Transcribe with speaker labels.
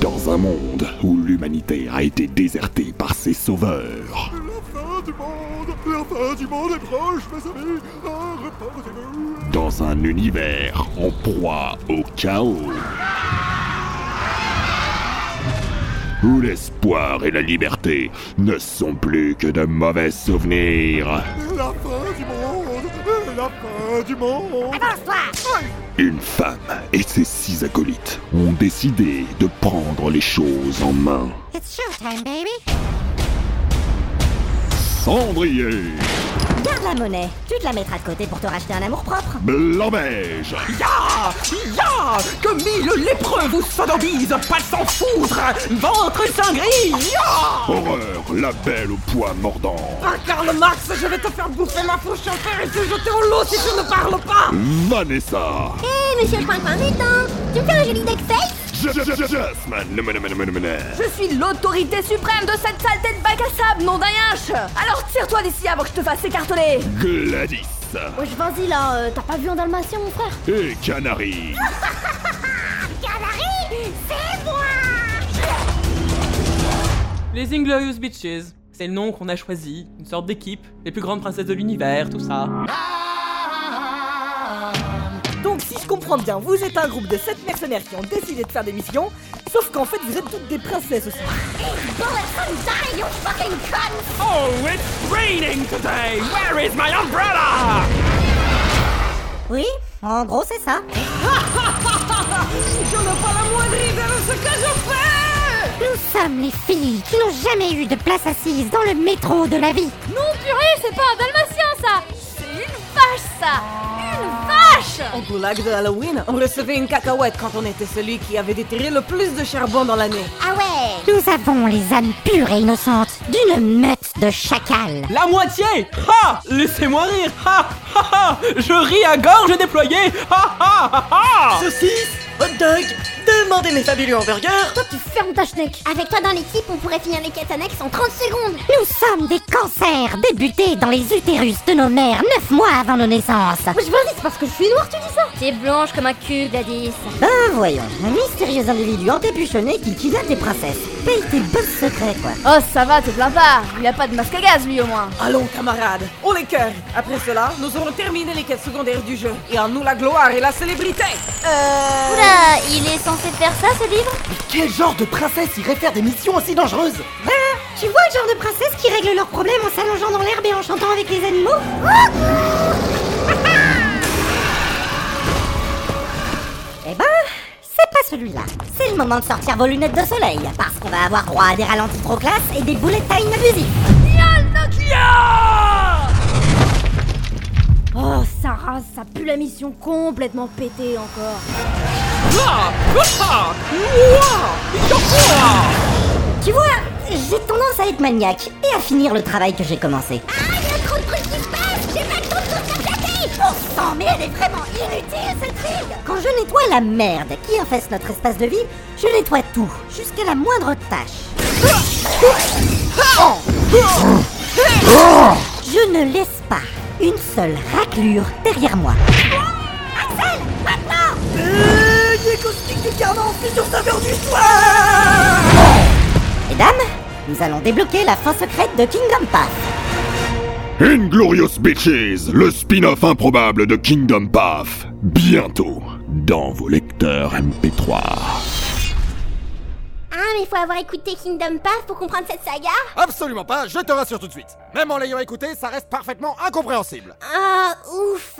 Speaker 1: Dans un monde où l'humanité a été désertée par ses sauveurs,
Speaker 2: La fin du monde La fin du monde est proche, mes amis Ah, reportez-vous
Speaker 1: dans un univers en proie au chaos, où l'espoir et la liberté ne sont plus que de mauvais souvenirs,
Speaker 2: La fin du monde La fin du monde
Speaker 1: une femme et ses six acolytes ont décidé de prendre les choses en main.
Speaker 3: It's showtime, baby.
Speaker 1: Cendrier,
Speaker 3: Garde la monnaie. Tu te la mettras de côté pour te racheter un amour propre.
Speaker 1: Blanc-Beige,
Speaker 4: Ah,
Speaker 5: Ya Ya Que mille lépreux vous sodomisent Pas sans foudre Ventre cinglé Ya
Speaker 1: Horreur, la belle au poids mordant.
Speaker 5: Ah, Karl Marx, je vais te faire bouffer ma fourche en fer et te jeter au lot si tu ne parles pas
Speaker 1: Vanessa
Speaker 3: Hé, Eh, monsieur le coin-coin mutant Tu fais un joli deckface
Speaker 1: J- J- J- Jasmine le mené- mené- mené- mené.
Speaker 6: Je suis l'autorité suprême de cette saleté de bac à sable, nom d'un yinche Alors tire-toi d'ici avant que je te fasse écarteler
Speaker 1: Gladys
Speaker 3: Wesh, vas-y là, euh, t'as pas vu un dalmatien, mon frère
Speaker 1: et Canary
Speaker 3: Canary C'est moi
Speaker 7: Les Inglorious Bitches, c'est le nom qu'on a choisi, une sorte d'équipe, les plus grandes princesses de l'univers, tout ça.
Speaker 4: Donc si je comprends bien, vous êtes un groupe de 7 mercenaires qui ont décidé de faire des missions, sauf qu'en fait vous êtes toutes des princesses aussi.
Speaker 5: Oh, it's raining today Where is my umbrella
Speaker 3: Oui, en gros, c'est ça.
Speaker 5: Je ne vois la moindre idée de ce que je fais
Speaker 3: Nous sommes les filles qui n'ont jamais eu de place assise dans le métro de la vie.
Speaker 6: Non purée, c'est pas un dalmatien ça C'est une vache ça Une vache
Speaker 4: Au goulag de Halloween, on recevait une cacahuète quand on était celui qui avait déterré le plus de charbon dans l'année.
Speaker 3: Ah ouais Nous avons les âmes pures et innocentes d'une meute de chacals.
Speaker 7: La moitié Ha Laissez-moi rire Ha Ha Ha Je ris à gorge déployée Ha Ha Ha Ha
Speaker 4: Saucisse, hot dog, demandez mes fabuleux hamburgers
Speaker 3: Toi, tu fermes ta schneck. Avec toi dans l'équipe, on pourrait finir les quêtes annexes en 30 secondes. Nous sommes des cancers débutés dans les utérus de nos mères 9 mois avant nos naissances. Je veux c'est parce que je suis noire, tu dis ça
Speaker 6: T'es blanche comme un cul, Gladys
Speaker 3: Ben voyons, un mystérieux individu encapuchonné qui kidnappe des princesses. Paye tes bosses secrets, quoi.
Speaker 6: Oh ça va, te plains pas Il a pas de masque à gaz lui au moins
Speaker 4: Allons camarades, on les cœurs Après cela, nous aurons terminé les quêtes secondaires du jeu, et en nous la gloire et la célébrité Euh...
Speaker 6: Oula, il est censé faire ça ce livre
Speaker 5: Quel genre de princesse irait faire des missions aussi dangereuses
Speaker 3: Hein Tu vois le genre de princesse qui règle leurs problèmes en s'allongeant dans l'herbe et en chantant avec les animaux Eh ben, c'est pas celui-là. C'est le moment de sortir vos lunettes de soleil, parce qu'on va avoir droit à des ralentis trop classe et des bullet time abusifs.
Speaker 6: Oh Sarah, ça pue la mission complètement pétée encore
Speaker 5: Ah Ah Ouah Yahoua
Speaker 3: Tu vois, j'ai tendance à être maniaque et à finir le travail que j'ai commencé. Ah, il y a trop de trucs qui se passent J'ai pas le temps de tout capter On sent, Oh, mais elle est vraiment inutile cette fille Quand je nettoie la merde qui infeste notre espace de vie, je nettoie tout, jusqu'à la moindre tâche. Je ne laisse pas une seule raclure derrière moi. Mesdames, nous allons débloquer la fin secrète de Kingdom Pass.
Speaker 1: Inglorious Bitches, le spin-off improbable de Kingdom Path, bientôt dans vos lecteurs MP3.
Speaker 3: Ah, mais faut avoir écouté Kingdom Path pour comprendre cette saga
Speaker 2: Absolument pas, je te rassure tout de suite. Même en l'ayant écouté, ça reste parfaitement incompréhensible.
Speaker 3: Ah, ouf